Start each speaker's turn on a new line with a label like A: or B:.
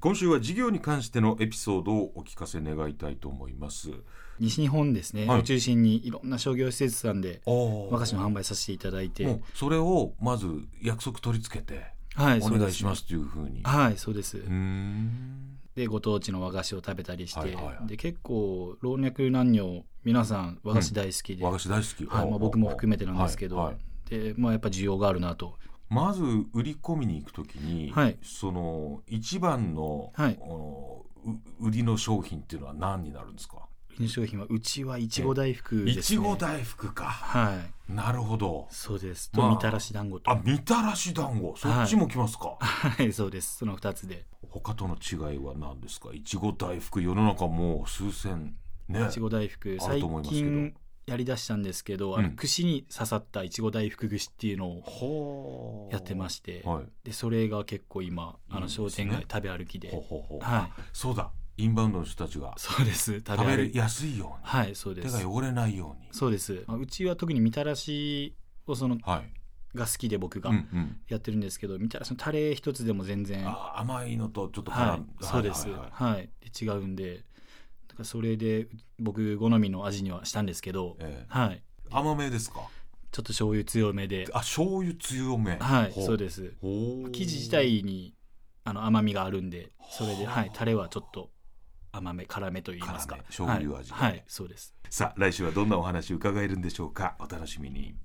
A: 今週は事業に関してのエピソードをお聞かせ願いたいと思います。
B: 西日本ですね、
A: はい
B: を中心にいろんな商業施設さんで
A: お
B: 和菓子の販売させていただいて、
A: もうそれをまず約束取り付けて
B: はい
A: お
B: そう
A: 願
B: で
A: い
B: す
A: しますというふうに。
B: はいそうです、
A: うーん
B: でご当地の和菓子を食べたりして、
A: はいはいはい
B: で結構老若男女皆さん和菓子大好きで、
A: 和菓子大好き。
B: はいまあ、僕も含めてなんですけど、
A: はいはい
B: でまあ、やっぱ需要があるなと
A: まず売り込みに行くときに、
B: はい
A: その一番の、
B: はい
A: あのう売りの商品っていうのは何になるんですか。
B: 輸入商品はうちはいちご大福です、ね、
A: いちご大福か。
B: はい
A: なるほど。
B: そうです
A: ま
B: と
A: あ
B: みたらし団子と、
A: あ、みたらし団子、そっちも来ますか。
B: はいそうですその2つで
A: 他との違いは何ですか。いちご大福、世の中もう数千ね。
B: いちご大福
A: ある
B: 最
A: と思いますけど
B: 近やりだしたんですけど、あ
A: う
B: の
A: ん
B: 串に刺さったいちご大福串っていうのを
A: ほ
B: やってま
A: し
B: して、
A: はい。
B: でそれが結構今あ
A: いい
B: の
A: です
B: 商
A: ね
B: 店街食べ歩きで
A: ほうほうほう
B: はい
A: そうだ。インバウンドの人たちが
B: そうです食べ
A: 食
B: 歩
A: べ
B: き
A: やすいように、
B: はいそうで
A: 手
B: す
A: が汚れないように。
B: そうです、まあ、うちは特にみたらしをその
A: はい。
B: が好きで僕が
A: うんうん。
B: やってるんですけど、みたらしのタレ一つでも全然は
A: あー甘いのとちょっと辛み
B: いそうです
A: は
B: はいい
A: はいはい
B: で違うんでだからそれで僕好みの味にはしたんですけど、
A: ええ
B: はい
A: 甘めですか
B: ちょっと醤油強めで
A: あ醤油強め
B: はいそ
A: す
B: うです
A: 生
B: 生地自体にあの甘みがあるんでそれで、
A: はあ
B: はい、タレはちょっと甘め辛めと言いますか
A: 辛め醤油味で
B: はい、はい、そうです
A: さあ来週はどんなお話伺えるんでしょうかお楽しみに